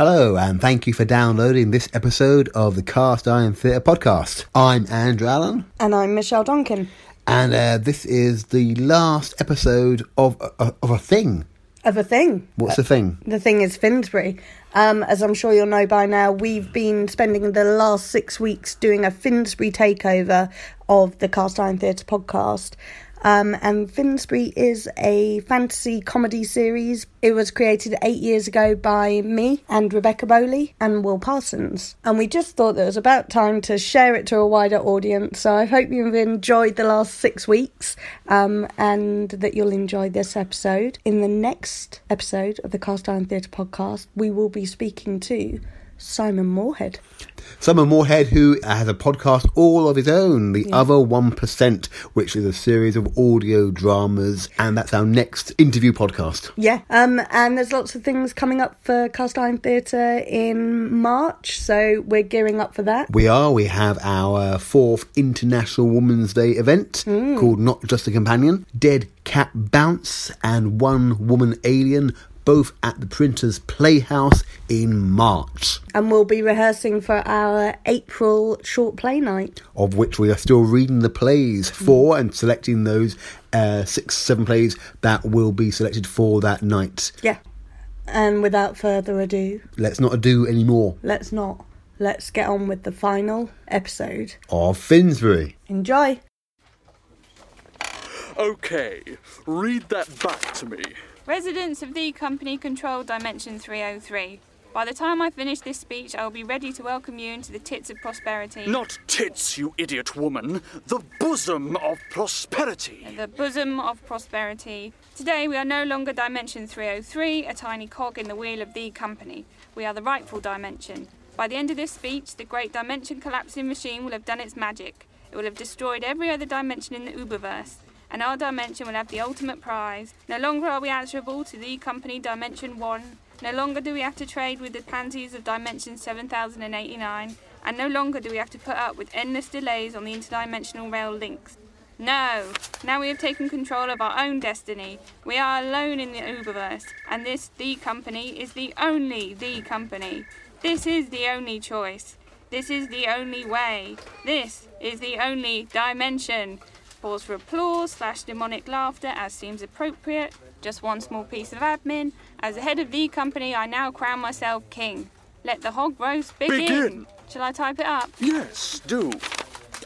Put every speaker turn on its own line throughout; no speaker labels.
Hello, and thank you for downloading this episode of the Cast Iron Theatre podcast. I'm Andrew Allen,
And I'm Michelle Donkin.
and uh, this is the last episode of a, of a thing.
Of a thing.
What's the thing?
The thing is Finsbury. Um, as I'm sure you'll know by now, we've been spending the last six weeks doing a Finsbury takeover of the Cast Iron Theatre podcast. Um, and Finsbury is a fantasy comedy series. It was created eight years ago by me and Rebecca Bowley and Will Parsons. And we just thought that it was about time to share it to a wider audience. So I hope you've enjoyed the last six weeks um, and that you'll enjoy this episode. In the next episode of the Cast Iron Theatre podcast, we will be speaking to Simon Moorhead.
Simon Moorhead, who has a podcast all of his own, The Other 1%, which is a series of audio dramas, and that's our next interview podcast.
Yeah, um, and there's lots of things coming up for Cast Iron Theatre in March, so we're gearing up for that.
We are. We have our fourth International Women's Day event called Not Just a Companion, Dead Cat Bounce, and One Woman Alien, both at the Printer's Playhouse in March,
And we'll be rehearsing for our April short play night.
of which we are still reading the plays for and selecting those uh, six, seven plays that will be selected for that night.
Yeah. And without further ado,
Let's not do any more
let's not. Let's get on with the final episode.
of Finsbury.
Enjoy.
Okay, read that back to me.
Residents of the company control Dimension 303. By the time I finish this speech, I will be ready to welcome you into the tits of prosperity.
Not tits, you idiot woman. The bosom of prosperity.
The bosom of prosperity. Today, we are no longer Dimension 303, a tiny cog in the wheel of the company. We are the rightful dimension. By the end of this speech, the great dimension collapsing machine will have done its magic. It will have destroyed every other dimension in the Uberverse, and our dimension will have the ultimate prize. No longer are we answerable to the company Dimension 1. No longer do we have to trade with the pansies of Dimension 7089, and no longer do we have to put up with endless delays on the interdimensional rail links. No! Now we have taken control of our own destiny. We are alone in the Uberverse, and this the company is the only the company. This is the only choice. This is the only way. This is the only dimension. Pause for applause slash demonic laughter as seems appropriate. Just one small piece of admin. As the head of the company, I now crown myself king. Let the hog roast begin.
Begin.
Shall I type it up?
Yes, do.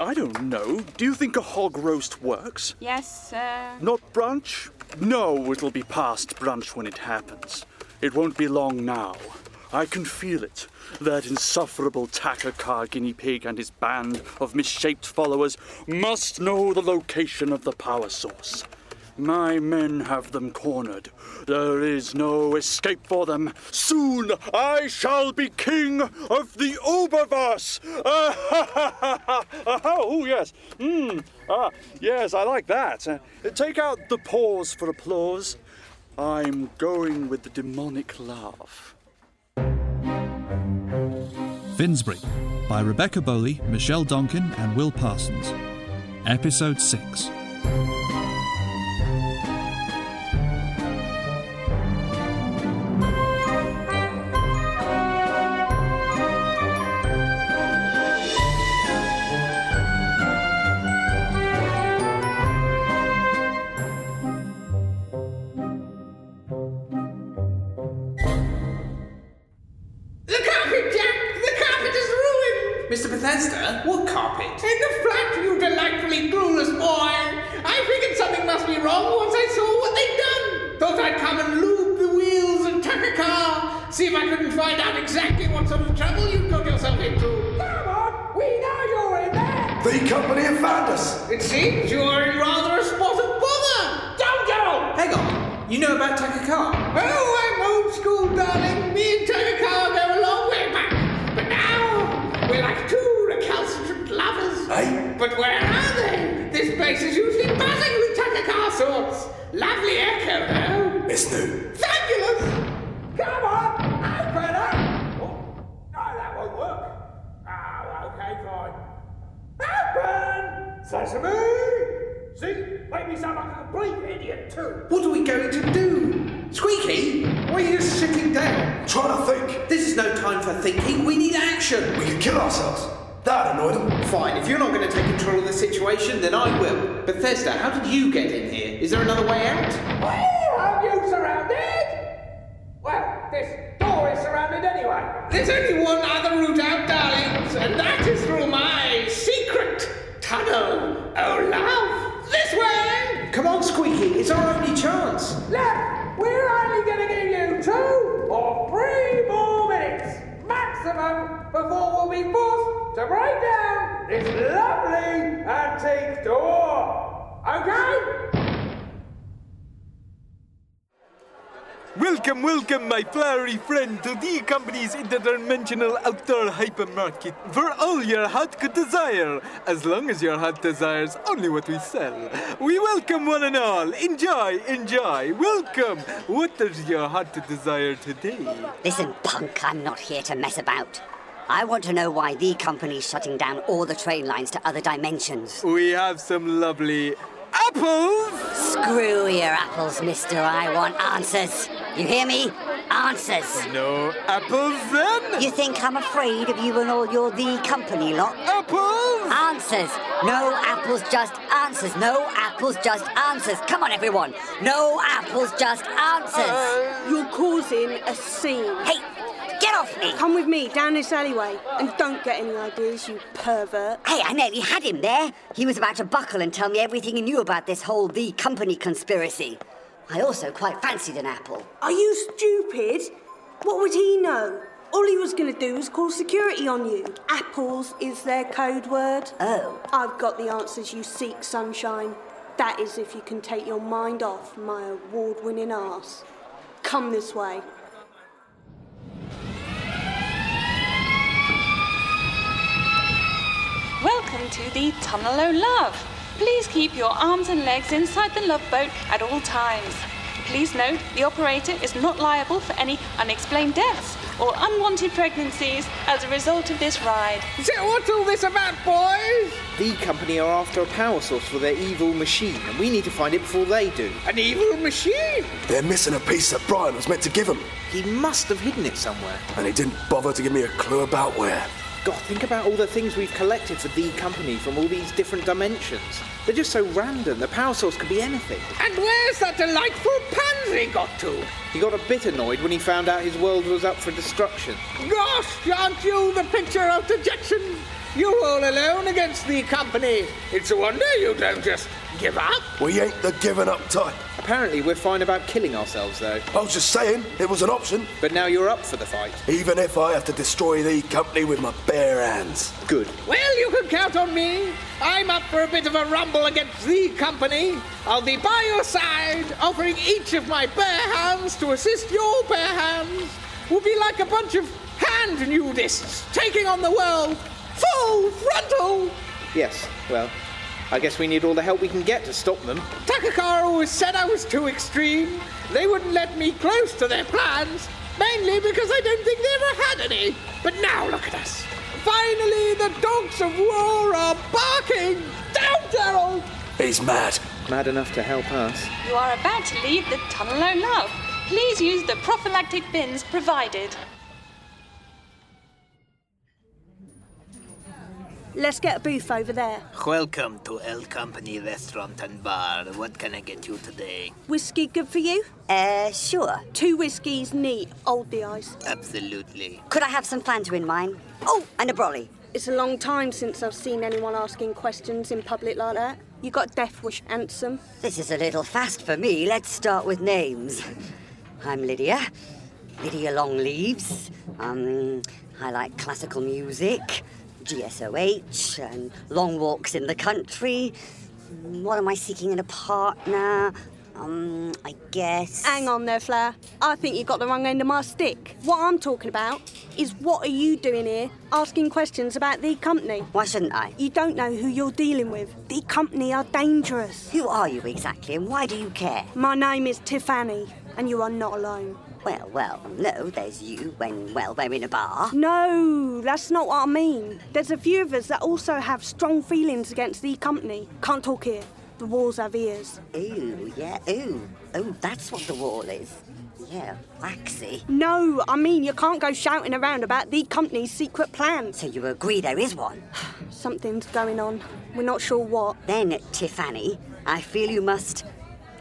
I don't know. Do you think a hog roast works?
Yes, sir.
Not brunch? No, it'll be past brunch when it happens. It won't be long now. I can feel it. That insufferable Takakar guinea pig and his band of misshaped followers must know the location of the power source. My men have them cornered. There is no escape for them. Soon I shall be king of the Uberverse. Ah, ha, ha, ha, ha. Ah, oh yes. Mm. Ah, yes. I like that. Uh, take out the pause for applause. I'm going with the demonic laugh.
Finsbury by Rebecca Bowley, Michelle Donkin, and Will Parsons. Episode 6.
The carpet, Jack! The carpet is ruined!
Mr. Bethesda, what carpet?
In the flat, you delightfully clueless boy! I figured something must be wrong once I saw what they'd done! Thought I'd come and lube the wheels and tuck a car, see if I couldn't find out exactly what sort of trouble you got yourself into. Come on! We know you're in there!
The company have found us.
It seems you're in rather a spot of bother! Don't go!
Hang on, you know about Tucker Carr?
Oh, I'm old school, darling. Me and Tony Carr go a long way back. But now, we're like two recalcitrant lovers.
Aye.
But where are they? This place is usually buzzing with Tucker Carr sorts. Lovely echo, though.
It's new.
Fabulous! Come on! I've fed up! Oh, no, that won't work. Ah, okay, fine. Open! Sesame! See? Make me sound like a complete idiot, too.
What are we going to do? Squeaky? Why are you just sitting down?
Trying to think.
This is no time for thinking. We need action.
We could kill ourselves. That'd annoy them.
Fine, if you're not going to take control of the situation, then I will. Bethesda, how did you get in here? Is there another way out?
Well, are you surrounded? Well, this door is surrounded anyway. There's only one other route out, darlings, and that is through my secret tunnel. Oh, love, this way!
Come on, Squeaky, it's our only chance.
Left, we're only going to give you two or three more minutes maximum before we'll be forced to break down this lovely antique door. Okay?
Welcome, welcome, my flowery friend, to the company's interdimensional outdoor hypermarket for all your heart could desire, as long as your heart desires only what we sell. We welcome one and all. Enjoy, enjoy, welcome. What does your heart desire today?
Listen, punk, I'm not here to mess about. I want to know why the company's shutting down all the train lines to other dimensions.
We have some lovely apples.
Screw your apples, mister. I want answers. You hear me? Answers.
No apples then?
You think I'm afraid of you and all your the company lot?
Apples?
Answers. No apples, just answers. No apples, just answers. Come on, everyone. No apples, just answers.
Uh, You're causing a scene.
Hey, get off me.
Come with me down this alleyway and don't get any ideas, you pervert.
Hey, I nearly had him there. He was about to buckle and tell me everything he knew about this whole the company conspiracy. I also quite fancied an apple.
Are you stupid? What would he know? All he was going to do was call security on you. Apples is their code word.
Oh.
I've got the answers you seek, sunshine. That is if you can take your mind off my award winning arse. Come this way.
Welcome to the Tunnel O Love. Please keep your arms and legs inside the love boat at all times. Please note the operator is not liable for any unexplained deaths or unwanted pregnancies as a result of this ride.
So what's all this about, boys?
The company are after a power source for their evil machine, and we need to find it before they do.
An evil machine?
They're missing a piece that Brian was meant to give them,
He must have hidden it somewhere.
and he didn't bother to give me a clue about where.
God, think about all the things we've collected for the company from all these different dimensions. They're just so random. The power source could be anything.
And where's that delightful pansy got to?
He got a bit annoyed when he found out his world was up for destruction.
Gosh, aren't you the picture of dejection? You're all alone against the company. It's a wonder you don't just give up.
We ain't the giving up type.
Apparently, we're fine about killing ourselves, though.
I was just saying it was an option,
But now you're up for the fight.
even if I have to destroy the company with my bare hands.
Good.
Well, you can count on me. I'm up for a bit of a rumble against the company. I'll be by your side, offering each of my bare hands to assist your bare hands. We'll be like a bunch of hand nudists taking on the world full frontal.
Yes, well, I guess we need all the help we can get to stop them.
Takakara always said I was too extreme. They wouldn't let me close to their plans, mainly because I don't think they ever had any. But now look at us. Finally, the dogs of war are barking. Down, Gerald!
He's mad.
Mad enough to help us.
You are about to leave the Tunnel O Love. Please use the prophylactic bins provided.
Let's get a booth over there.
Welcome to El Company Restaurant and Bar. What can I get you today?
Whiskey good for you?
Uh, sure.
Two whiskies neat, old the ice.
Absolutely.
Uh, Could I have some Fanta in mine? Oh, and a brolly.
It's a long time since I've seen anyone asking questions in public like that. You got death wish handsome.
This is a little fast for me. Let's start with names. I'm Lydia. Lydia Longleaves. Um, I like classical music, GSOH, and long walks in the country. Mm, What am I seeking in a partner? Um, I guess.
Hang on there, Flair. I think you got the wrong end of my stick. What I'm talking about is what are you doing here asking questions about the company?
Why shouldn't I?
You don't know who you're dealing with. The company are dangerous.
Who are you exactly, and why do you care?
My name is Tiffany, and you are not alone.
Well, well, no, there's you when, well, we're in a bar.
No, that's not what I mean. There's a few of us that also have strong feelings against the company. Can't talk here. The walls have ears.
Ooh, yeah, ooh. Oh, that's what the wall is. yeah, waxy.
No, I mean, you can't go shouting around about the company's secret plan.
So you agree there is one?
Something's going on. We're not sure what.
Then, Tiffany, I feel you must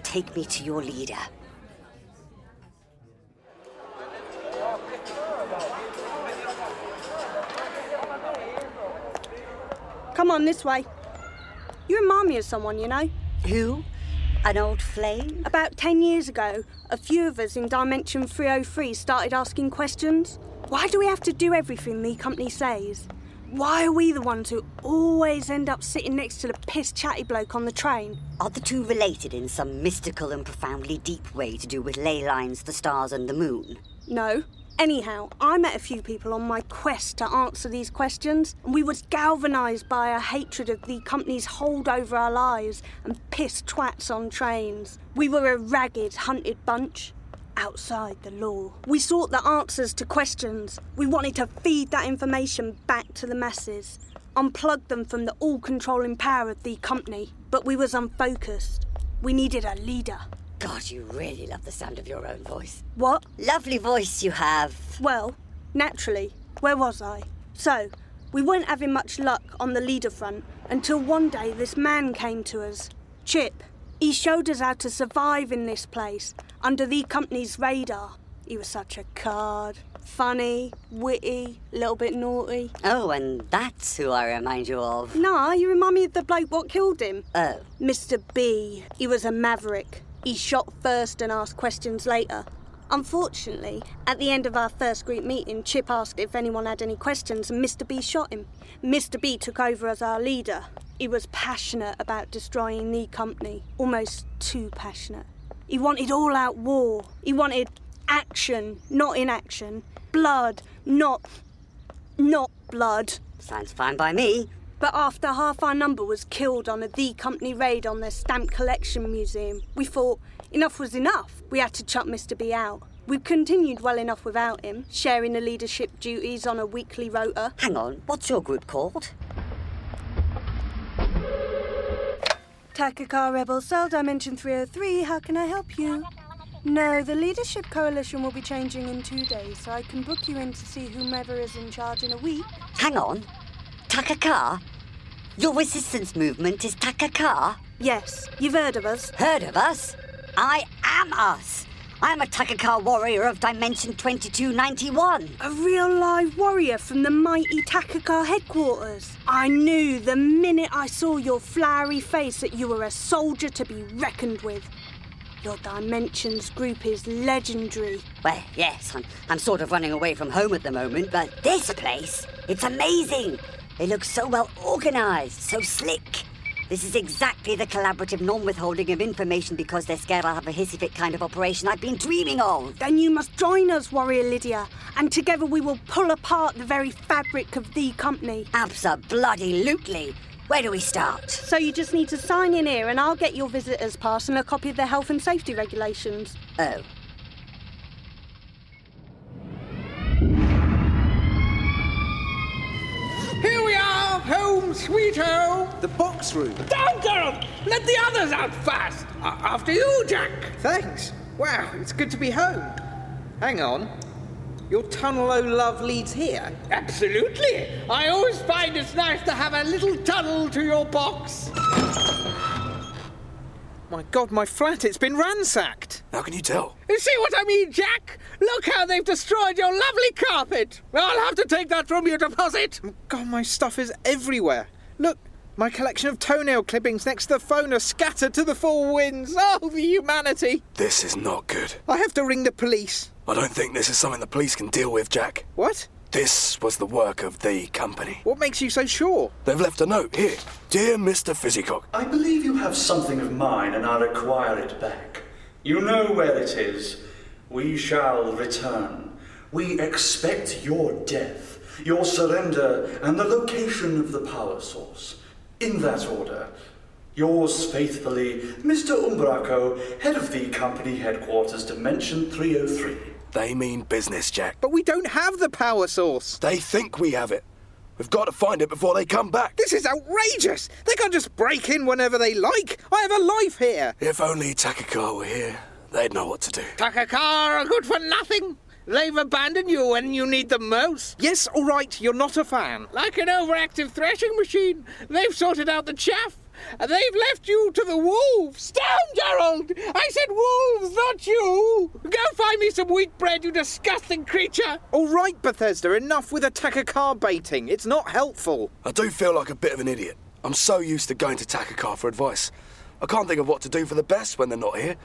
take me to your leader.
Come on, this way. You remind me of someone, you know.
Who? An old flame?
About 10 years ago, a few of us in Dimension 303 started asking questions. Why do we have to do everything the company says? Why are we the ones who always end up sitting next to the piss chatty bloke on the train?
Are the two related in some mystical and profoundly deep way to do with ley lines, the stars, and the moon?
No. Anyhow, I met a few people on my quest to answer these questions, and we was galvanised by a hatred of the company's hold over our lives and piss twats on trains. We were a ragged, hunted bunch. Outside the law. We sought the answers to questions. We wanted to feed that information back to the masses, unplug them from the all controlling power of the company. But we was unfocused. We needed a leader.
God, you really love the sound of your own voice.
What?
Lovely voice you have.
Well, naturally, where was I? So, we weren't having much luck on the leader front until one day this man came to us. Chip. He showed us how to survive in this place under the company's radar. He was such a card. Funny, witty, a little bit naughty.
Oh, and that's who I remind you of.
Nah, you remind me of the bloke what killed him.
Oh.
Mr. B. He was a maverick. He shot first and asked questions later. Unfortunately, at the end of our first group meeting, Chip asked if anyone had any questions and Mr. B shot him. Mr. B took over as our leader. He was passionate about destroying the company, almost too passionate. He wanted all out war. He wanted action, not inaction. Blood, not. not blood.
Sounds fine by me.
But after half our number was killed on a The Company raid on their stamp collection museum, we thought enough was enough. We had to chuck Mr. B out. We continued well enough without him, sharing the leadership duties on a weekly rota.
Hang on, what's your group called?
Takakar Rebel Cell Dimension 303, how can I help you? No, the leadership coalition will be changing in two days, so I can book you in to see whomever is in charge in a week.
Hang on, Takakar? Your resistance movement is Takakar?
Yes, you've heard of us.
Heard of us? I am us. I'm a Takakar warrior of Dimension 2291.
A real live warrior from the mighty Takakar headquarters. I knew the minute I saw your flowery face that you were a soldier to be reckoned with. Your Dimensions group is legendary.
Well, yes, I'm, I'm sort of running away from home at the moment, but this place, it's amazing. They look so well organised, so slick. This is exactly the collaborative non withholding of information because they're scared I'll have a hissy fit kind of operation I've been dreaming of.
Then you must join us, Warrior Lydia, and together we will pull apart the very fabric of the company.
Absolutely. Where do we start?
So you just need to sign in here and I'll get your visitor's pass and a copy of the health and safety regulations.
Oh.
Here we are, home sweet home.
The box room.
Down, girl! Let the others out first. A- after you, Jack.
Thanks. Wow, it's good to be home. Hang on. Your tunnel o' love leads here?
Absolutely. I always find it's nice to have a little tunnel to your box.
My god, my flat, it's been ransacked.
How can you tell?
You see what I mean, Jack? Look how they've destroyed your lovely carpet. I'll have to take that from your deposit.
God, my stuff is everywhere. Look, my collection of toenail clippings next to the phone are scattered to the four winds. Oh, the humanity.
This is not good.
I have to ring the police.
I don't think this is something the police can deal with, Jack.
What?
This was the work of the company.
What makes you so sure?
They've left a note here. Dear Mr. Fizzycock.
I believe you have something of mine and I require it back. You know where it is. We shall return. We expect your death, your surrender, and the location of the power source. In that order. Yours faithfully, Mr. Umbraco, head of the company headquarters, Dimension 303.
They mean business, Jack.
But we don't have the power source.
They think we have it. We've got to find it before they come back.
This is outrageous! They can't just break in whenever they like. I have a life here.
If only Takakar were here. They'd know what to do.
Takakar are good for nothing. They've abandoned you when you need them most. Yes, all right, you're not a fan.
Like an overactive threshing machine, they've sorted out the chaff. And they've left you to the wolves. Down, Gerald! I said wolves, not you! Go find me some wheat bread, you disgusting creature!
All right, Bethesda, enough with the Takakar baiting. It's not helpful.
I do feel like a bit of an idiot. I'm so used to going to Takakar for advice. I can't think of what to do for the best when they're not here.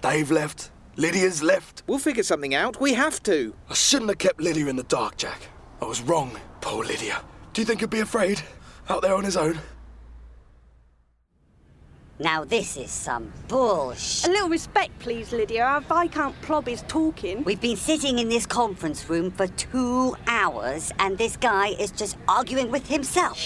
They've left. Lydia's left.
We'll figure something out. We have to.
I shouldn't have kept Lydia in the dark, Jack. I was wrong. Poor Lydia. Do you think he'd be afraid? Out there on his own?
Now this is some bullsh.
A little respect, please, Lydia. Our Viscount Plob is talking.
We've been sitting in this conference room for two hours, and this guy is just arguing with himself.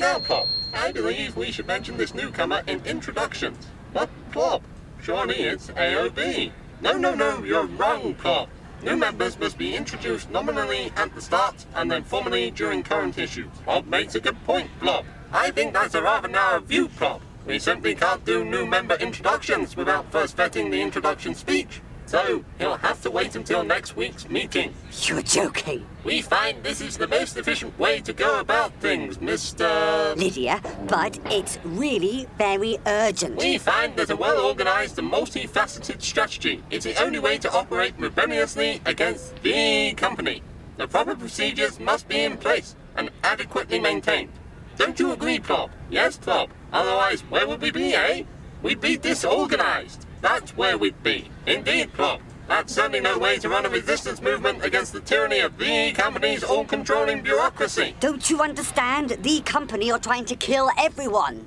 Now, Plop, I believe we should mention this newcomer in introductions. But, Plop, surely it's AOB. No, no, no, you're wrong, Plop. New members must be introduced nominally at the start and then formally during current issues. Bob makes a good point, Plop. I think that's a rather narrow view, Plop. We simply can't do new member introductions without first vetting the introduction speech. So, he'll have to wait until next week's meeting.
You're joking.
We find this is the most efficient way to go about things, Mr.
Lydia, but it's really very urgent.
We find that a well organized and multifaceted strategy is the only way to operate rebelliously against the company. The proper procedures must be in place and adequately maintained. Don't you agree, Plop? Yes, Plop. Otherwise, where would we be, eh? We'd be disorganized. That's where we'd be. Indeed, Plop. That's certainly no way to run a resistance movement against the tyranny of the company's all controlling bureaucracy.
Don't you understand? The company are trying to kill everyone.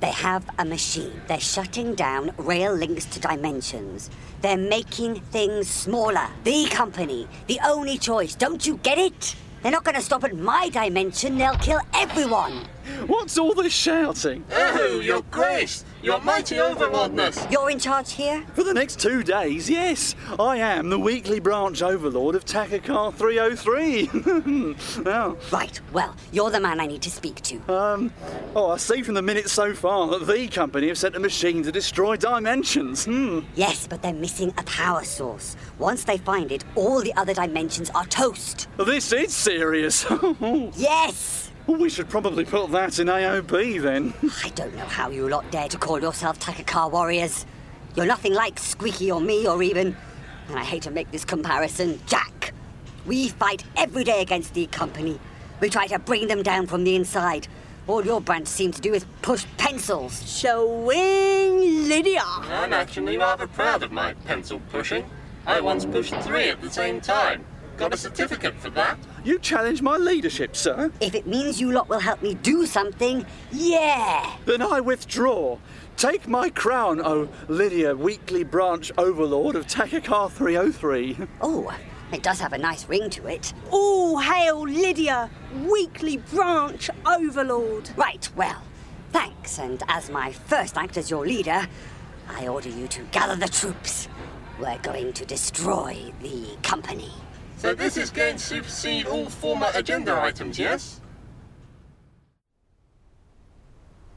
They have a machine. They're shutting down rail links to dimensions. They're making things smaller. The company, the only choice. Don't you get it? They're not going to stop at my dimension. They'll kill everyone.
What's all this shouting?
Oh, your grace! Your mighty overlordness!
You're in charge here?
For the next two days, yes. I am the weekly branch overlord of Takakar 303.
oh. Right, well, you're the man I need to speak to.
Um, oh, I see from the minutes so far that the company have sent a machine to destroy dimensions. Hmm.
Yes, but they're missing a power source. Once they find it, all the other dimensions are toast.
This is serious.
yes!
We should probably put that in AOB then.
I don't know how you lot dare to call yourself Takakar warriors. You're nothing like Squeaky or me or even, and I hate to make this comparison, Jack. We fight every day against the company. We try to bring them down from the inside. All your branch seems to do is push pencils.
Showing Lydia.
I'm actually rather proud of my pencil pushing. I once pushed three at the same time got a certificate for that.
You challenge my leadership, sir.
If it means you lot will help me do something, yeah.
Then I withdraw. Take my crown, oh Lydia, weekly branch overlord of Takakar 303.
Oh, it does have a nice ring to it.
All hail Lydia, weekly branch overlord.
Right, well, thanks. And as my first act as your leader, I order you to gather the troops. We're going to destroy the company.
So this is going to supersede all former agenda items, yes?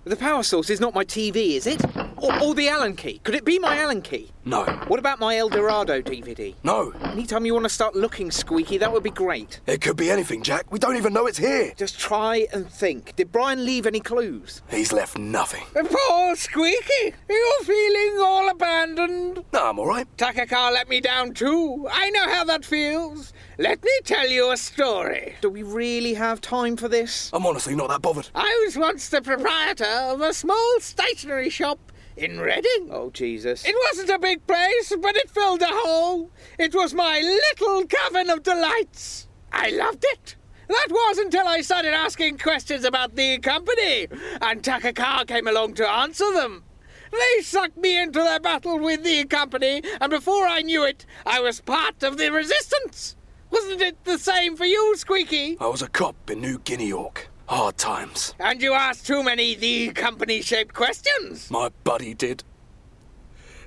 The power source is not my TV, is it? Or, or the Allen key? Could it be my Allen key?
No.
What about my El Dorado DVD?
No.
Anytime you want to start looking squeaky, that would be great.
It could be anything, Jack. We don't even know it's here.
Just try and think. Did Brian leave any clues?
He's left nothing.
Poor Squeaky! You're feeling all abandoned.
No, I'm all right.
Takakar let me down too. I know how that feels. Let me tell you a story.
Do we really have time for this?
I'm honestly not that bothered.
I was once the proprietor of a small stationery shop in Reading.
Oh, Jesus.
It wasn't a big place, but it filled a hole. It was my little cavern of delights. I loved it. That was until I started asking questions about the company, and Takakar came along to answer them. They sucked me into their battle with the company, and before I knew it, I was part of the resistance. Wasn't it the same for you, Squeaky?
I was a cop in New Guinea, York. Hard times.
And you asked too many the company shaped questions.
My buddy did.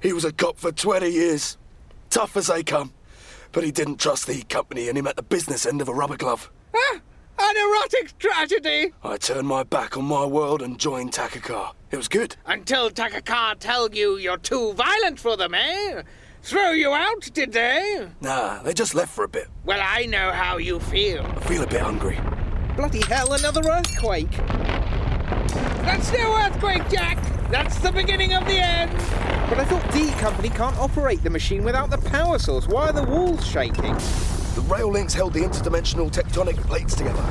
He was a cop for 20 years. Tough as they come. But he didn't trust the company and him at the business end of a rubber glove.
Ah, an erotic tragedy.
I turned my back on my world and joined Takakar. It was good.
Until Takakar tell you you're too violent for them, eh? Throw you out, did they?
Nah, they just left for a bit.
Well, I know how you feel.
I feel a bit hungry.
Bloody hell, another earthquake!
That's no earthquake, Jack! That's the beginning of the end!
But I thought D Company can't operate the machine without the power source. Why are the walls shaking?
The rail links held the interdimensional tectonic plates together.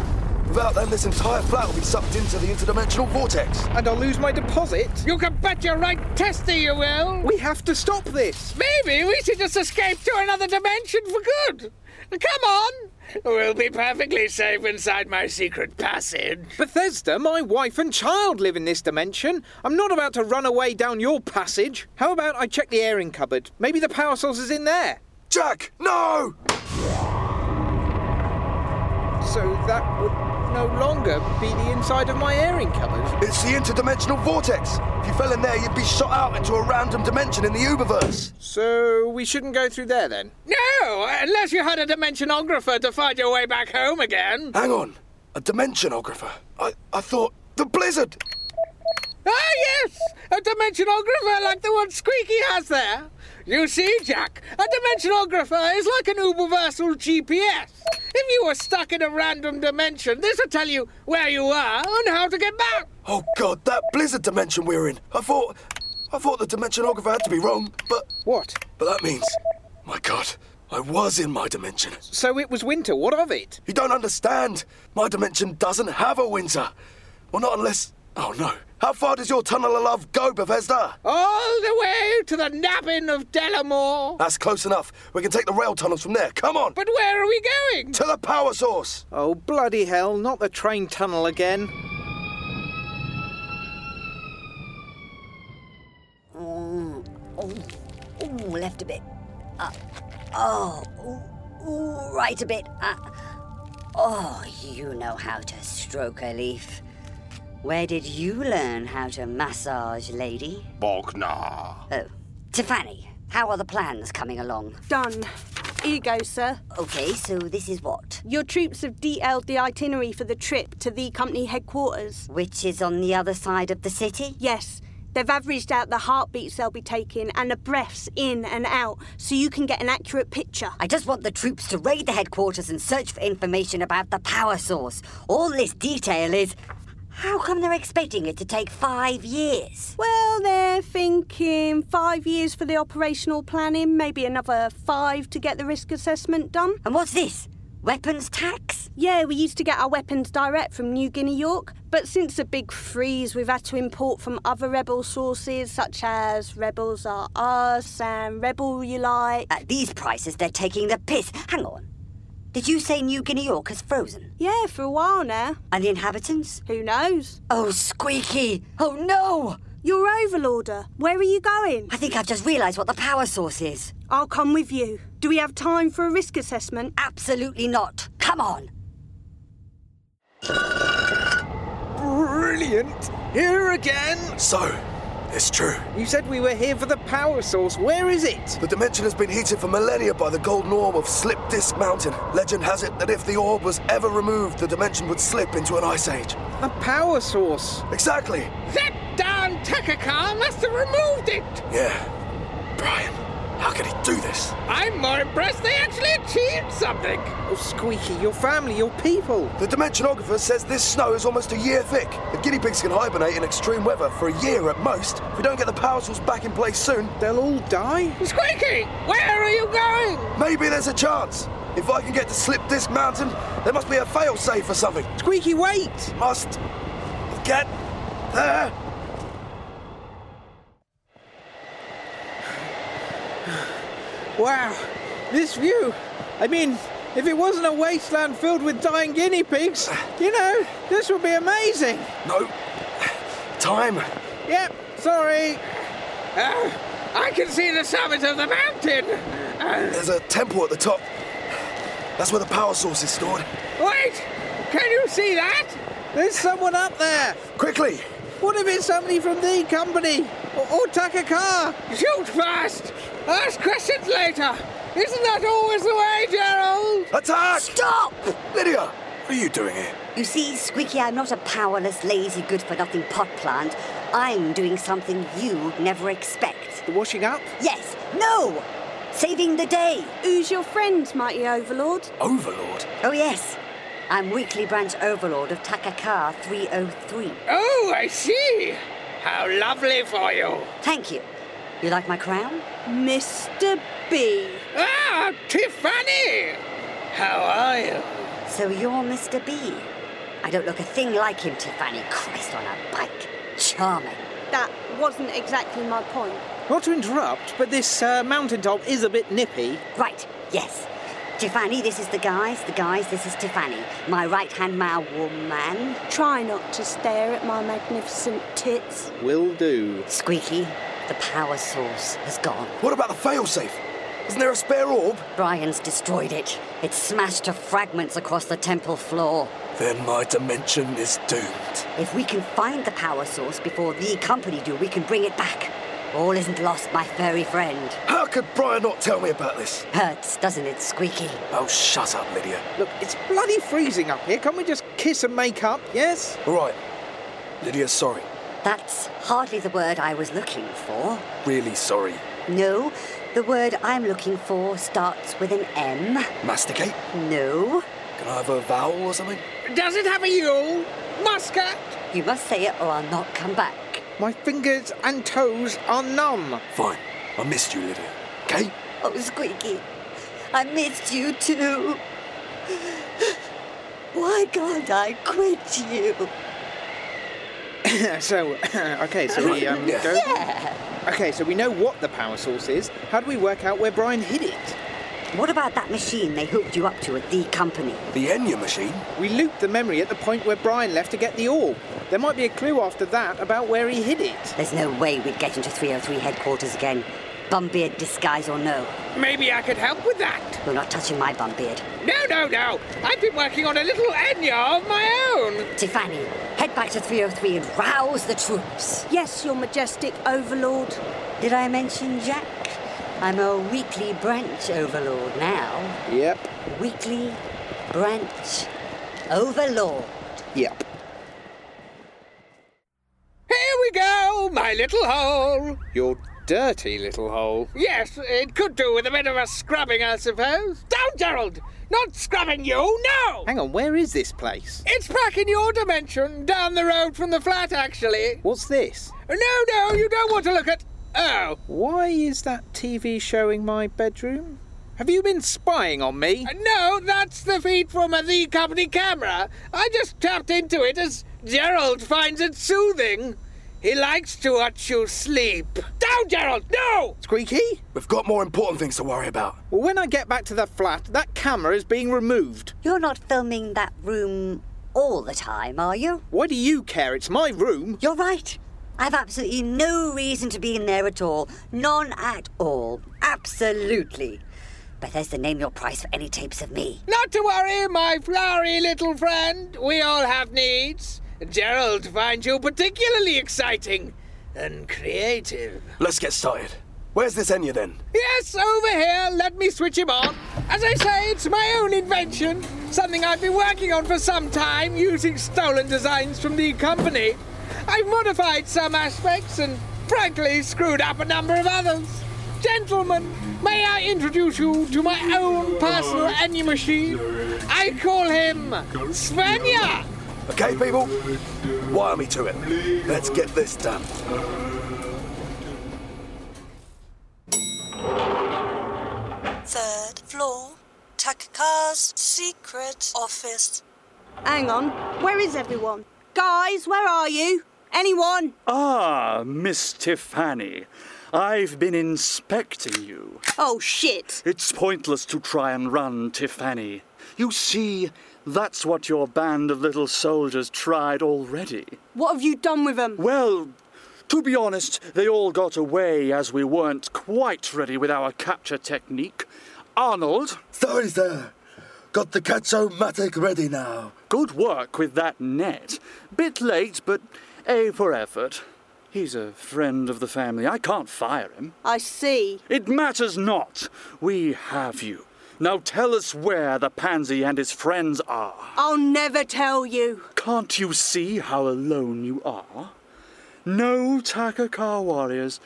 Without them, this entire flat will be sucked into the interdimensional vortex.
And I'll lose my deposit.
You can bet your right tester you will!
We have to stop this!
Maybe we should just escape to another dimension for good! Come on! We'll be perfectly safe inside my secret passage.
Bethesda, my wife and child live in this dimension. I'm not about to run away down your passage. How about I check the airing cupboard? Maybe the power source is in there.
Jack, no!
So that would no longer be the inside of my airing cupboard.
It's the interdimensional vortex. If you fell in there, you'd be shot out into a random dimension in the Uberverse.
So we shouldn't go through there then?
No, unless you had a dimensionographer to find your way back home again.
Hang on, a dimensionographer? I, I thought the blizzard.
Ah, yes, a dimensionographer like the one Squeaky has there. You see, Jack, a dimensionographer is like an universal GPS. If you were stuck in a random dimension, this would tell you where you are and how to get back.
Oh God, that blizzard dimension we're in. I thought, I thought the dimensionographer had to be wrong, but
what?
But that means, my God, I was in my dimension.
So it was winter. What of it?
You don't understand. My dimension doesn't have a winter. Well, not unless. Oh no. How far does your tunnel of love go, Bethesda?
All the way to the napping of Delamore.
That's close enough. We can take the rail tunnels from there. Come on.
But where are we going?
To the power source.
Oh, bloody hell, not the train tunnel again.
Ooh, ooh, Mm, oh, ooh, left a bit. Uh, oh, ooh, ooh, right a bit. Uh, oh, you know how to stroke a leaf. Where did you learn how to massage, lady?
Bogna.
Oh, Tiffany, how are the plans coming along?
Done. Here you go, sir.
Okay, so this is what?
Your troops have detailed the itinerary for the trip to the company headquarters.
Which is on the other side of the city?
Yes. They've averaged out the heartbeats they'll be taking and the breaths in and out so you can get an accurate picture.
I just want the troops to raid the headquarters and search for information about the power source. All this detail is how come they're expecting it to take five years?
Well, they're thinking five years for the operational planning, maybe another five to get the risk assessment done.
And what's this? Weapons tax?
Yeah, we used to get our weapons direct from New Guinea, York, but since the big freeze, we've had to import from other rebel sources such as Rebels Are Us and Rebel You Like.
At these prices, they're taking the piss. Hang on. Did you say New Guinea York has frozen?
Yeah, for a while now.
And the inhabitants?
Who knows?
Oh, Squeaky! Oh no!
Your overlorder, where are you going?
I think I've just realised what the power source is.
I'll come with you. Do we have time for a risk assessment?
Absolutely not. Come on!
Brilliant! Here again!
So, it's true.
You said we were here for the power source. Where is it?
The dimension has been heated for millennia by the golden orb of Slip Disc Mountain. Legend has it that if the orb was ever removed, the dimension would slip into an ice age.
A power source?
Exactly.
That darn Takakar must have removed it!
Yeah. Brian, how could he do this?
I'm more impressed they actually achieved something!
Oh, Squeaky, your family, your people.
The dimensionographer says this snow is almost a year thick. The guinea pigs can hibernate in extreme weather for a year at most. If we don't get the power source back in place soon,
they'll all die.
Squeaky, where are you going?
Maybe there's a chance. If I can get to Slip Disc Mountain, there must be a failsafe or something.
Squeaky, wait!
Must get there.
Wow, this view. I mean, if it wasn't a wasteland filled with dying guinea pigs, you know, this would be amazing.
No. Time.
Yep, sorry.
Uh, I can see the summit of the mountain. Uh,
There's a temple at the top. That's where the power source is stored.
Wait! Can you see that?
There's someone up there.
Quickly!
What if it's somebody from the company? Or, or Takakar?
Shoot fast! Ask questions later! Isn't that always the way, Gerald?
Attack!
Stop!
Lydia! What are you doing here?
You see, Squeaky, I'm not a powerless, lazy, good for nothing pot plant. I'm doing something you'd never expect.
The washing up?
Yes. No! Saving the day.
Who's your friend, mighty overlord?
Overlord?
Oh, yes. I'm Weekly Branch Overlord of Takakar 303.
Oh, I see. How lovely for you.
Thank you. You like my crown?
Mr. B.
Ah, Tiffany! How are you?
So you're Mr. B. I don't look a thing like him, Tiffany. Christ on a bike. Charming.
That wasn't exactly my point.
Not to interrupt, but this uh, mountaintop is a bit nippy.
Right, yes. Tiffany, this is the guys. The guys, this is Tiffany. My right hand man, woman.
Try not to stare at my magnificent tits.
Will do.
Squeaky, the power source has gone.
What about the failsafe? Isn't there a spare orb?
Brian's destroyed it. It's smashed to fragments across the temple floor.
Then my dimension is doomed.
If we can find the power source before the company do, we can bring it back. All isn't lost, my furry friend.
How could Brian not tell me about this?
Hurts, doesn't it, Squeaky?
Oh, shut up, Lydia.
Look, it's bloody freezing up here. Can't we just kiss and make up, yes?
All right. Lydia, sorry.
That's hardly the word I was looking for.
Really sorry.
No, the word I'm looking for starts with an M.
Masticate?
No.
Can I have a vowel or something?
Does it have a U? Muscat?
You must say it or I'll not come back.
My fingers and toes are numb.
Fine. I missed you, Lydia. Okay?
Oh, Squeaky, I missed you too. Why can't I quit you?
so, okay, so we um,
Yeah.
go.
Yeah.
Okay, so we know what the power source is. How do we work out where Brian hid it?
What about that machine they hooked you up to at the company?
The Enya machine?
We looped the memory at the point where Brian left to get the orb. There might be a clue after that about where he hid it.
There's no way we'd get into 303 headquarters again. Bumbeard, disguise or no.
Maybe I could help with that.
You're not touching my bumbeard.
No, no, no. I've been working on a little Enya of my own.
Tiffany, head back to 303 and rouse the troops.
Yes, your majestic overlord.
Did I mention Jack? I'm a weekly branch overlord now.
Yep,
Weekly branch overlord.
yep.
Here we go, my little hole.
Your dirty little hole.
Yes, it could do with a bit of a scrubbing, I suppose. Down, Gerald! Not scrubbing you, no!
Hang on, where is this place?
It's back in your dimension, down the road from the flat, actually.
What's this?
No, no, you don't want to look at. Oh.
Why is that TV showing my bedroom? Have you been spying on me?
No, that's the feed from a The Company camera. I just tapped into it as Gerald finds it soothing. He likes to watch you sleep. Down, Gerald! No!
Squeaky?
We've got more important things to worry about.
Well, when I get back to the flat, that camera is being removed.
You're not filming that room all the time, are you?
Why do you care? It's my room.
You're right. I've absolutely no reason to be in there at all. None at all. Absolutely. Bethesda, name your price for any tapes of me.
Not to worry, my flowery little friend. We all have needs. Gerald finds you particularly exciting and creative.
Let's get started. Where's this Enya then?
Yes, over here. Let me switch him on. As I say, it's my own invention. Something I've been working on for some time using stolen designs from the company. I've modified some aspects and, frankly, screwed up a number of others. Gentlemen, may I introduce you to my own personal Enya machine? I call him Svenja.
Okay, people? Wire me to it. Let's get this done.
Third floor, Takakar's secret office.
Hang on. Where is everyone? Guys, where are you? Anyone?
Ah, Miss Tiffany, I've been inspecting you.
Oh, shit.
It's pointless to try and run, Tiffany. You see, that's what your band of little soldiers tried already.
What have you done with them?
Well, to be honest, they all got away as we weren't quite ready with our capture technique. Arnold,
Sorry, sir. Got the catch-o-matic ready now.
good work with that net. Bit late, but A for effort. He's a friend of the family. I can't fire him.
I see.
It matters not. We have you. Now tell us where the pansy and his friends are.
I'll never tell you.
Can't you see how alone you are? No Takakar warriors,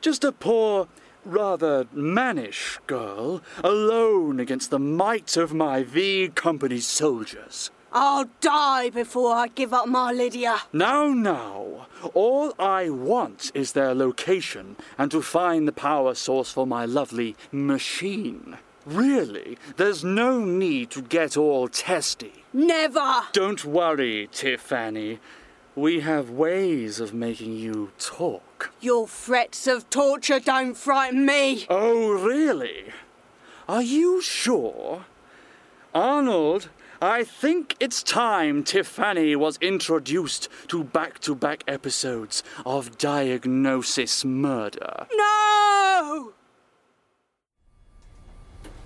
just a poor, rather mannish girl, alone against the might of my V Company soldiers.
I'll die before I give up my Lydia.
Now, now, all I want is their location and to find the power source for my lovely machine. Really, there's no need to get all testy.
Never!
Don't worry, Tiffany. We have ways of making you talk.
Your threats of torture don't frighten me.
Oh, really? Are you sure? Arnold, I think it's time Tiffany was introduced to back to back episodes of Diagnosis Murder.
No!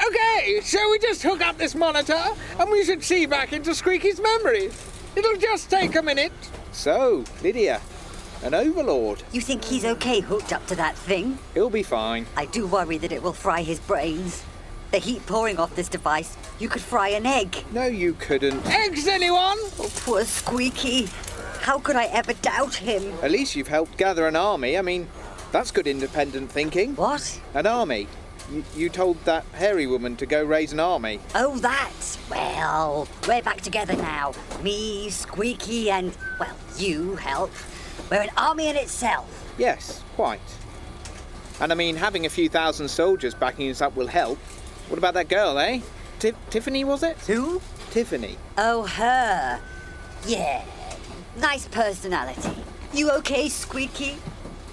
Okay, so we just hook up this monitor and we should see back into Squeaky's memories. It'll just take a minute. So, Lydia, an overlord.
You think he's okay hooked up to that thing?
He'll be fine.
I do worry that it will fry his brains. The heat pouring off this device, you could fry an egg.
No, you couldn't.
Eggs, anyone? Oh, poor Squeaky. How could I ever doubt him?
At least you've helped gather an army. I mean, that's good independent thinking.
What?
An army. You, you told that hairy woman to go raise an army.
Oh, that? Well, we're back together now. Me, Squeaky, and, well, you help. We're an army in itself.
Yes, quite. And I mean, having a few thousand soldiers backing us up will help. What about that girl, eh? Ti- Tiffany, was it?
Who?
Tiffany.
Oh, her. Yeah. Nice personality. You okay, Squeaky?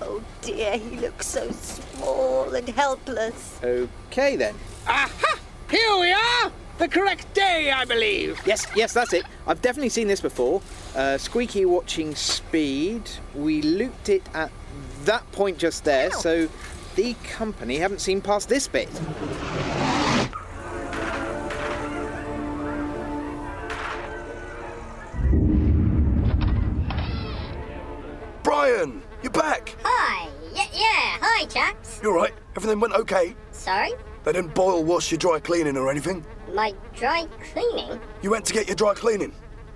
Oh dear, he looks so small and helpless.
Okay then.
Aha! Here we are! The correct day, I believe.
Yes, yes, that's it. I've definitely seen this before. Uh, Squeaky watching speed. We looped it at that point just there, so the company haven't seen past this bit.
Brian, you're back.
Hi. Y- yeah, hi, chaps.
You're right. Everything went okay.
Sorry?
They didn't boil, wash your dry cleaning or anything.
My dry cleaning?
You went to get your dry cleaning.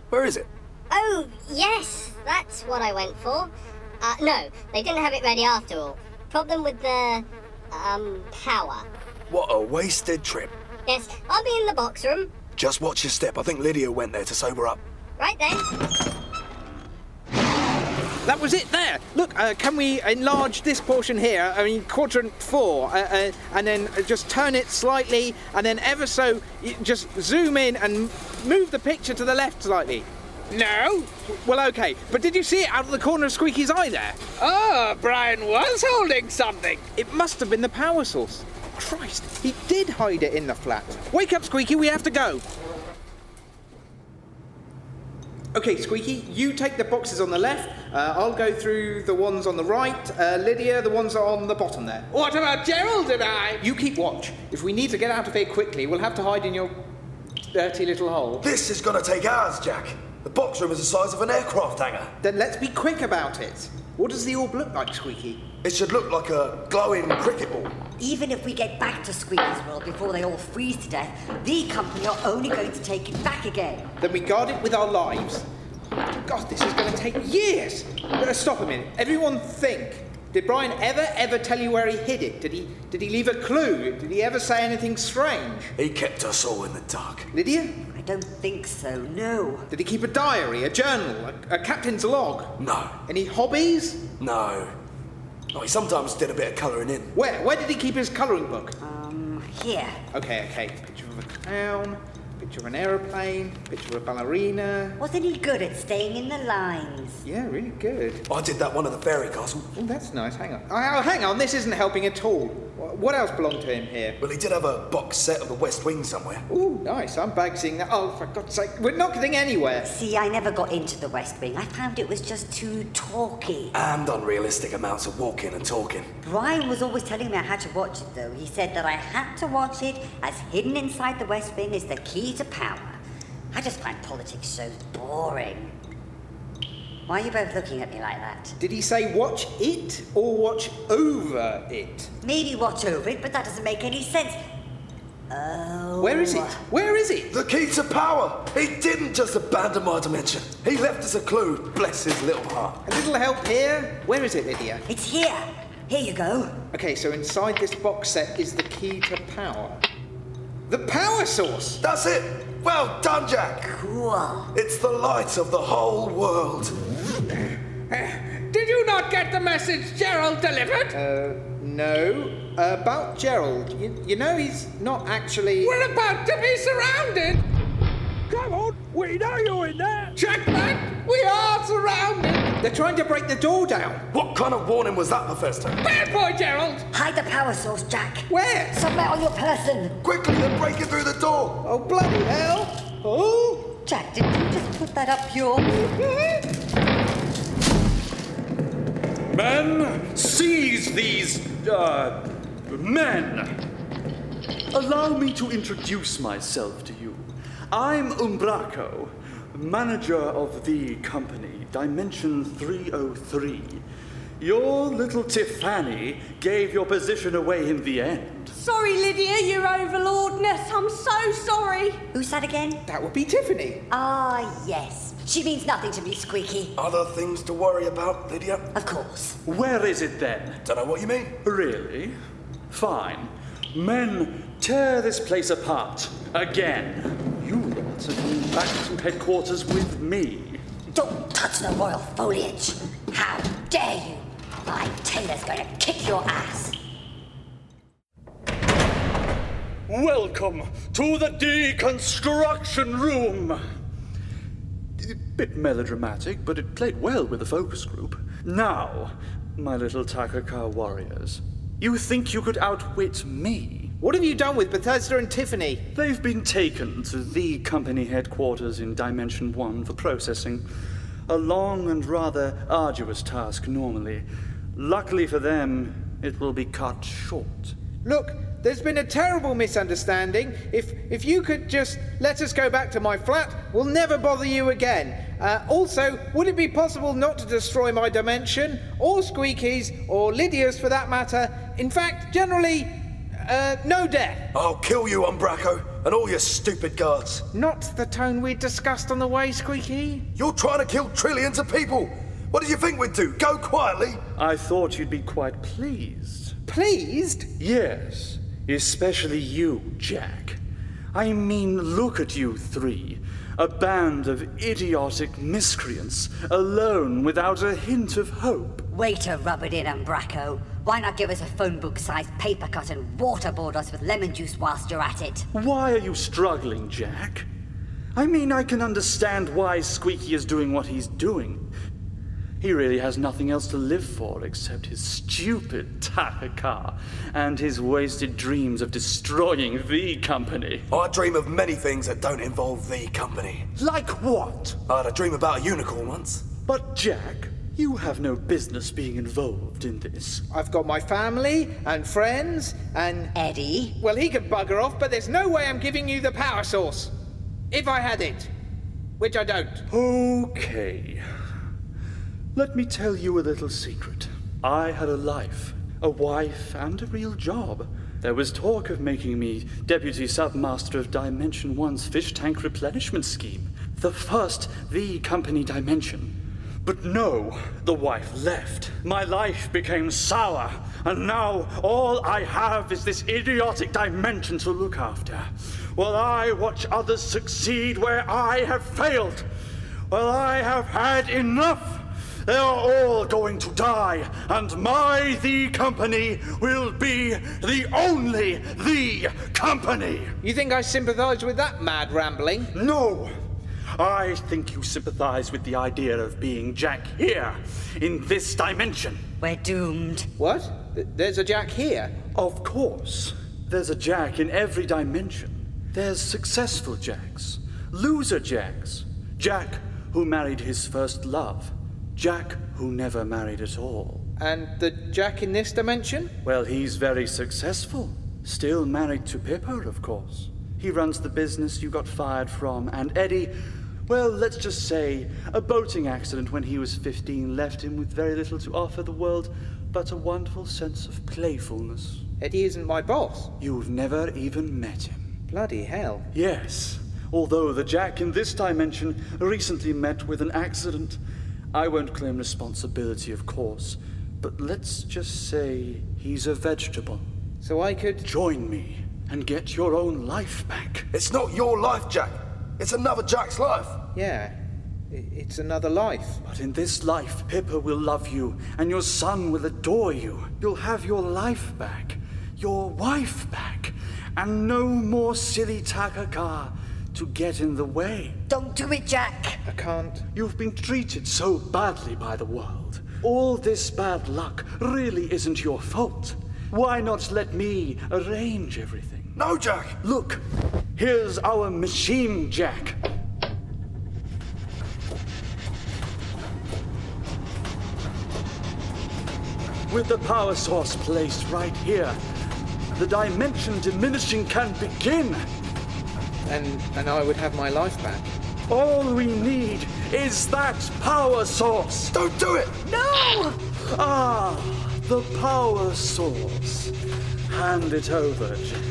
Where is it?
Oh, yes, that's what I went for. Uh, no, they didn't have it ready after all. Problem with the, um, power.
What a wasted trip.
Yes, I'll be in the box room.
Just watch your step. I think Lydia went there to sober up.
Right then.
That was it there. Look, uh, can we enlarge this portion here? I mean, quadrant four, uh, uh, and then just turn it slightly, and then ever so, y- just zoom in and move the picture to the left slightly. No? Well, okay. But did you see it out of the corner of Squeaky's eye there?
Oh, Brian was holding something.
It must have been the power source. Christ, he did hide it in the flat. Wake up, Squeaky, we have to go. Okay, Squeaky, you take the boxes on the left. Uh, I'll go through the ones on the right. Uh, Lydia, the ones on the bottom there.
What about Gerald and I?
You keep watch. If we need to get out of here quickly, we'll have to hide in your dirty little hole.
This is gonna take hours, Jack. The box room is the size of an aircraft hangar.
Then let's be quick about it. What does the orb look like, Squeaky?
It should look like a glowing cricket ball.
Even if we get back to Squeaky's world before they all freeze to death, the company are only going to take it back again.
Then we guard it with our lives. God, this is going to take years. Uh, Stop a minute. Everyone think. Did Brian ever, ever tell you where he hid it? Did he, did he leave a clue? Did he ever say anything strange?
He kept us all in the dark.
Lydia?
I don't think so, no.
Did he keep a diary, a journal, a, a captain's log?
No.
Any hobbies?
No. Oh, he sometimes did a bit of colouring in.
Where? Where did he keep his colouring book?
Um, here.
Okay, okay. Picture of a clown, picture of an aeroplane, picture of a ballerina.
Wasn't he good at staying in the lines?
Yeah, really good.
Oh, I did that one at the fairy castle.
Oh, that's nice. Hang on. Oh, hang on. This isn't helping at all. Wh- What else belonged to him here?
Well, he did have a box set of the West Wing somewhere.
Ooh, nice. I'm bagsing that. Oh, for God's sake. We're not getting anywhere.
See, I never got into the West Wing. I found it was just too talky.
And unrealistic amounts of walking and talking.
Brian was always telling me I had to watch it, though. He said that I had to watch it, as hidden inside the West Wing is the key to power. I just find politics shows boring. Why are you both looking at me like that?
Did he say watch it or watch over it?
Maybe watch over it, but that doesn't make any sense. Oh.
Where is it? Where is it?
The key to power! He didn't just abandon my dimension. He left us a clue. Bless his little heart.
A little help here. Where is it, Lydia?
It's here. Here you go.
Okay, so inside this box set is the key to power. The power source!
That's it! Well done, Jack!
Cool.
It's the light of the whole world.
Did you not get the message Gerald delivered?
Uh, no. about Gerald. You, you know he's not actually.
We're about to be surrounded!
Come on, we know you're in there!
Jackman, we are surrounded!
They're trying to break the door down!
What kind of warning was that, Mephisto?
Bad boy, Gerald!
Hide the power source, Jack.
Where?
Somewhere on your person.
Quickly, they're breaking through the door!
Oh, bloody hell! Oh!
Jack, did you just put that up your.
Men, seize these uh, men. Allow me to introduce myself to you. I'm Umbraco, manager of the company Dimension 303. Your little Tiffany gave your position away in the end.
Sorry, Lydia, your overlordness. I'm so sorry.
Who's that again?
Oh, That would be Tiffany.
Ah, yes. She means nothing to me, Squeaky.
Other things to worry about, Lydia?
Of course.
Where is it then?
Don't know what you mean.
Really? Fine. Men, tear this place apart. Again. You lot are going back to headquarters with me.
Don't touch the royal foliage. How dare you? My tailor's going to kick your ass.
Welcome to the deconstruction room. A bit melodramatic, but it played well with the focus group. Now, my little Takakar warriors, you think you could outwit me?
What have you done with Bethesda and Tiffany?
They've been taken to the company headquarters in Dimension 1 for processing. A long and rather arduous task normally. Luckily for them, it will be cut short.
Look, there's been a terrible misunderstanding. If if you could just let us go back to my flat, we'll never bother you again. Uh, also, would it be possible not to destroy my dimension, or Squeaky's, or Lydia's for that matter? In fact, generally, uh, no death.
I'll kill you, Umbraco, and all your stupid guards.
Not the tone we discussed on the way, Squeaky.
You're trying to kill trillions of people. What did you think we'd do? Go quietly?
I thought you'd be quite pleased.
Pleased?
Yes. Especially you, Jack. I mean, look at you three. A band of idiotic miscreants, alone without a hint of hope.
Way to rub it in, Umbraco. Why not give us a phone book sized paper cut and waterboard us with lemon juice whilst you're at it?
Why are you struggling, Jack? I mean, I can understand why Squeaky is doing what he's doing. He really has nothing else to live for except his stupid Takakar and his wasted dreams of destroying the company.
I dream of many things that don't involve the company.
Like what?
I had a dream about a unicorn once.
But, Jack, you have no business being involved in this.
I've got my family and friends and.
Eddie?
Well, he could bugger off, but there's no way I'm giving you the power source. If I had it. Which I don't.
Okay. Let me tell you a little secret. I had a life, a wife, and a real job. There was talk of making me deputy submaster of Dimension 1's fish tank replenishment scheme, the first the company dimension. But no, the wife left. My life became sour, and now all I have is this idiotic dimension to look after. While I watch others succeed where I have failed, while I have had enough. They are all going to die, and my The Company will be the only The Company.
You think I sympathise with that mad rambling?
No. I think you sympathise with the idea of being Jack here, in this dimension.
We're doomed.
What? Th- There's a Jack here?
Of course. There's a Jack in every dimension. There's successful Jacks, loser Jacks, Jack who married his first love. Jack, who never married at all.
And the Jack in this dimension?
Well, he's very successful. Still married to Pippa, of course. He runs the business you got fired from, and Eddie, well, let's just say, a boating accident when he was 15 left him with very little to offer the world but a wonderful sense of playfulness.
It isn't my boss.
You've never even met him.
Bloody hell.
Yes, although the Jack in this dimension recently met with an accident. I won't claim responsibility, of course, but let's just say he's a vegetable.
So I could.
Join me and get your own life back.
It's not your life, Jack. It's another Jack's life.
Yeah, i- it's another life.
But in this life, Pippa will love you, and your son will adore you. You'll have your life back, your wife back, and no more silly Takaka to get in the way.
Don't do it, Jack.
I can't.
You've been treated so badly by the world. All this bad luck really isn't your fault. Why not let me arrange everything?
No, Jack!
Look, here's our machine, Jack. With the power source placed right here, the dimension diminishing can begin.
And and I would have my life back.
All we need is that power source.
Don't do it!
No! Ah, the power source. Hand it over, Jack.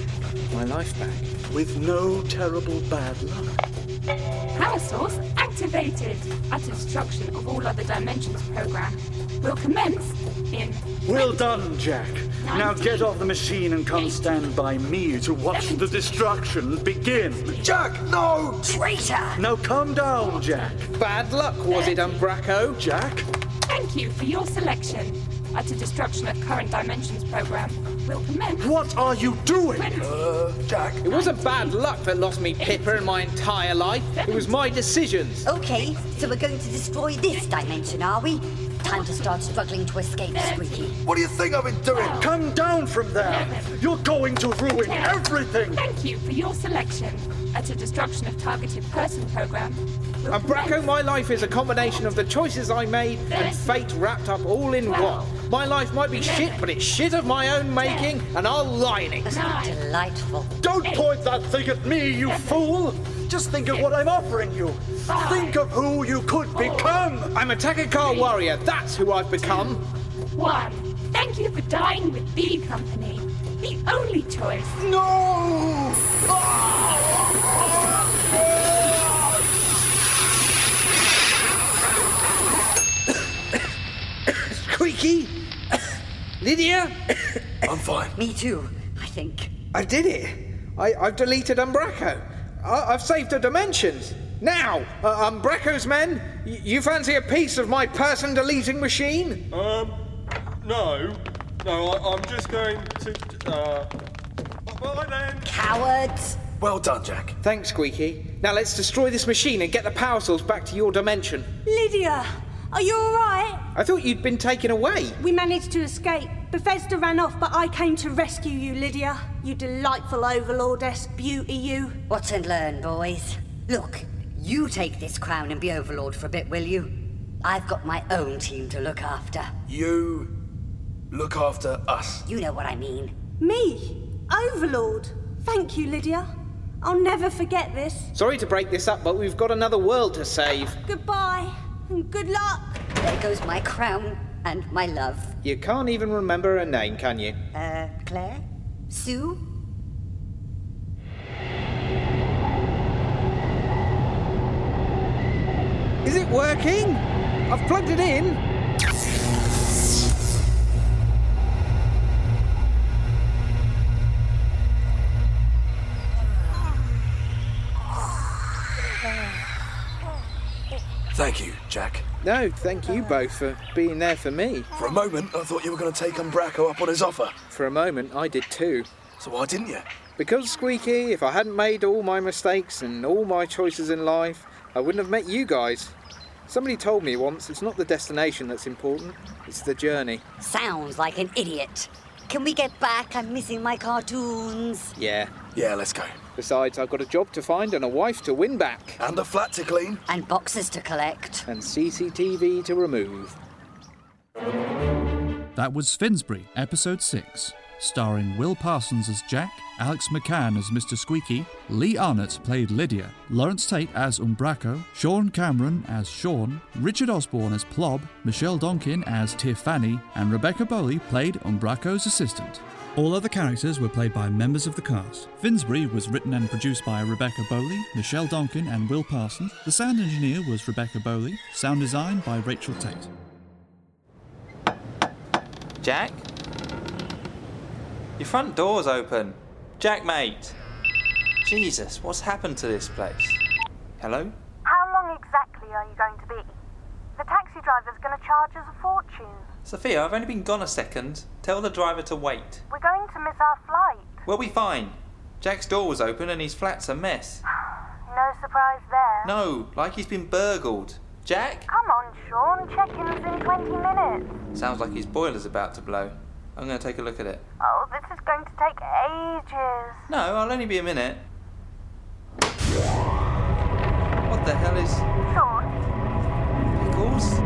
My life back.
With no terrible bad luck.
Power source activated. At instruction of all other dimensions program will commence in
Well done, Jack. Now get off the machine and come stand by me to watch the destruction begin.
Jack, no!
Traitor!
Now come down, Jack.
Bad luck, was it, Umbraco?
Jack?
Thank you for your selection. Utter destruction at current dimensions program will commence.
What are you doing? Uh,
Jack.
It wasn't bad luck that lost me Pippa and my entire life. It was my decisions.
Okay, so we're going to destroy this dimension, are we? Time to start struggling to escape, Squeaky.
What do you think I've been doing?
Come down from there. You're going to ruin everything.
Thank you for your selection. Utter destruction of targeted person program. will
Umbraco, my life is a combination of the choices I made and fate wrapped up all in one. My life might be shit, but it's shit of my own making, and I'll lie in it.
Delightful.
Don't point that thing at me, you fool! Just think of what I'm offering you. Think of who you could become!
I'm a Takakar warrior. That's who I've become.
One, thank you for dying with B Company. The only choice.
No!
Squeaky! Lydia?
I'm fine.
Me too, I think.
I did it. I, I've deleted Umbraco. I, I've saved the dimensions. Now, uh, Umbraco's men, y- you fancy a piece of my person deleting machine?
Um, no. No, I, I'm just going to. Uh, bye then.
Cowards!
Well done, Jack.
Thanks, Squeaky. Now let's destroy this machine and get the power source back to your dimension.
Lydia, are you alright?
I thought you'd been taken away.
We managed to escape. Bethesda ran off, but I came to rescue you, Lydia. You delightful overlordess, beauty you. E
Watch and learn, boys. Look, you take this crown and be overlord for a bit, will you? I've got my own team to look after.
You look after us.
You know what I mean.
Me? Overlord? Thank you, Lydia. I'll never forget this.
Sorry to break this up, but we've got another world to save.
Goodbye, and good luck.
There goes my crown and my love.
You can't even remember her name, can you?
Uh, Claire? Sue?
Is it working? I've plugged it in.
Thank you, Jack.
No, thank you both for being there for me.
For a moment, I thought you were going to take Umbraco up on his offer.
For a moment, I did too.
So why didn't you?
Because, Squeaky, if I hadn't made all my mistakes and all my choices in life, I wouldn't have met you guys. Somebody told me once it's not the destination that's important, it's the journey.
Sounds like an idiot. Can we get back? I'm missing my cartoons.
Yeah.
Yeah, let's go.
Besides, I've got a job to find and a wife to win back.
And a flat to clean.
And boxes to collect.
And CCTV to remove.
That was Finsbury, Episode 6, starring Will Parsons as Jack, Alex McCann as Mr. Squeaky, Lee Arnott played Lydia, Lawrence Tate as Umbraco, Sean Cameron as Sean, Richard Osborne as Plob, Michelle Donkin as Tiffany, and Rebecca Bowley played Umbraco's assistant.
All other characters were played by members of the cast. Finsbury was written and produced by Rebecca Bowley, Michelle Donkin, and Will Parsons. The sound engineer was Rebecca Bowley, sound design by Rachel Tate.
Jack? Your front door's open. Jack, mate. Jesus, what's happened to this place? Hello?
How long exactly are you going to be? The taxi driver's going to charge us a fortune.
Sophia, I've only been gone a second. Tell the driver to wait.
We're going to miss our flight.
We'll be fine. Jack's door was open and his flat's a mess.
No surprise there.
No, like he's been burgled. Jack?
Come on, Sean. Check in's in 20 minutes.
Sounds like his boiler's about to blow. I'm going to take a look at it.
Oh, this is going to take ages.
No, I'll only be a minute. What the hell is.
Sean,
Pickles?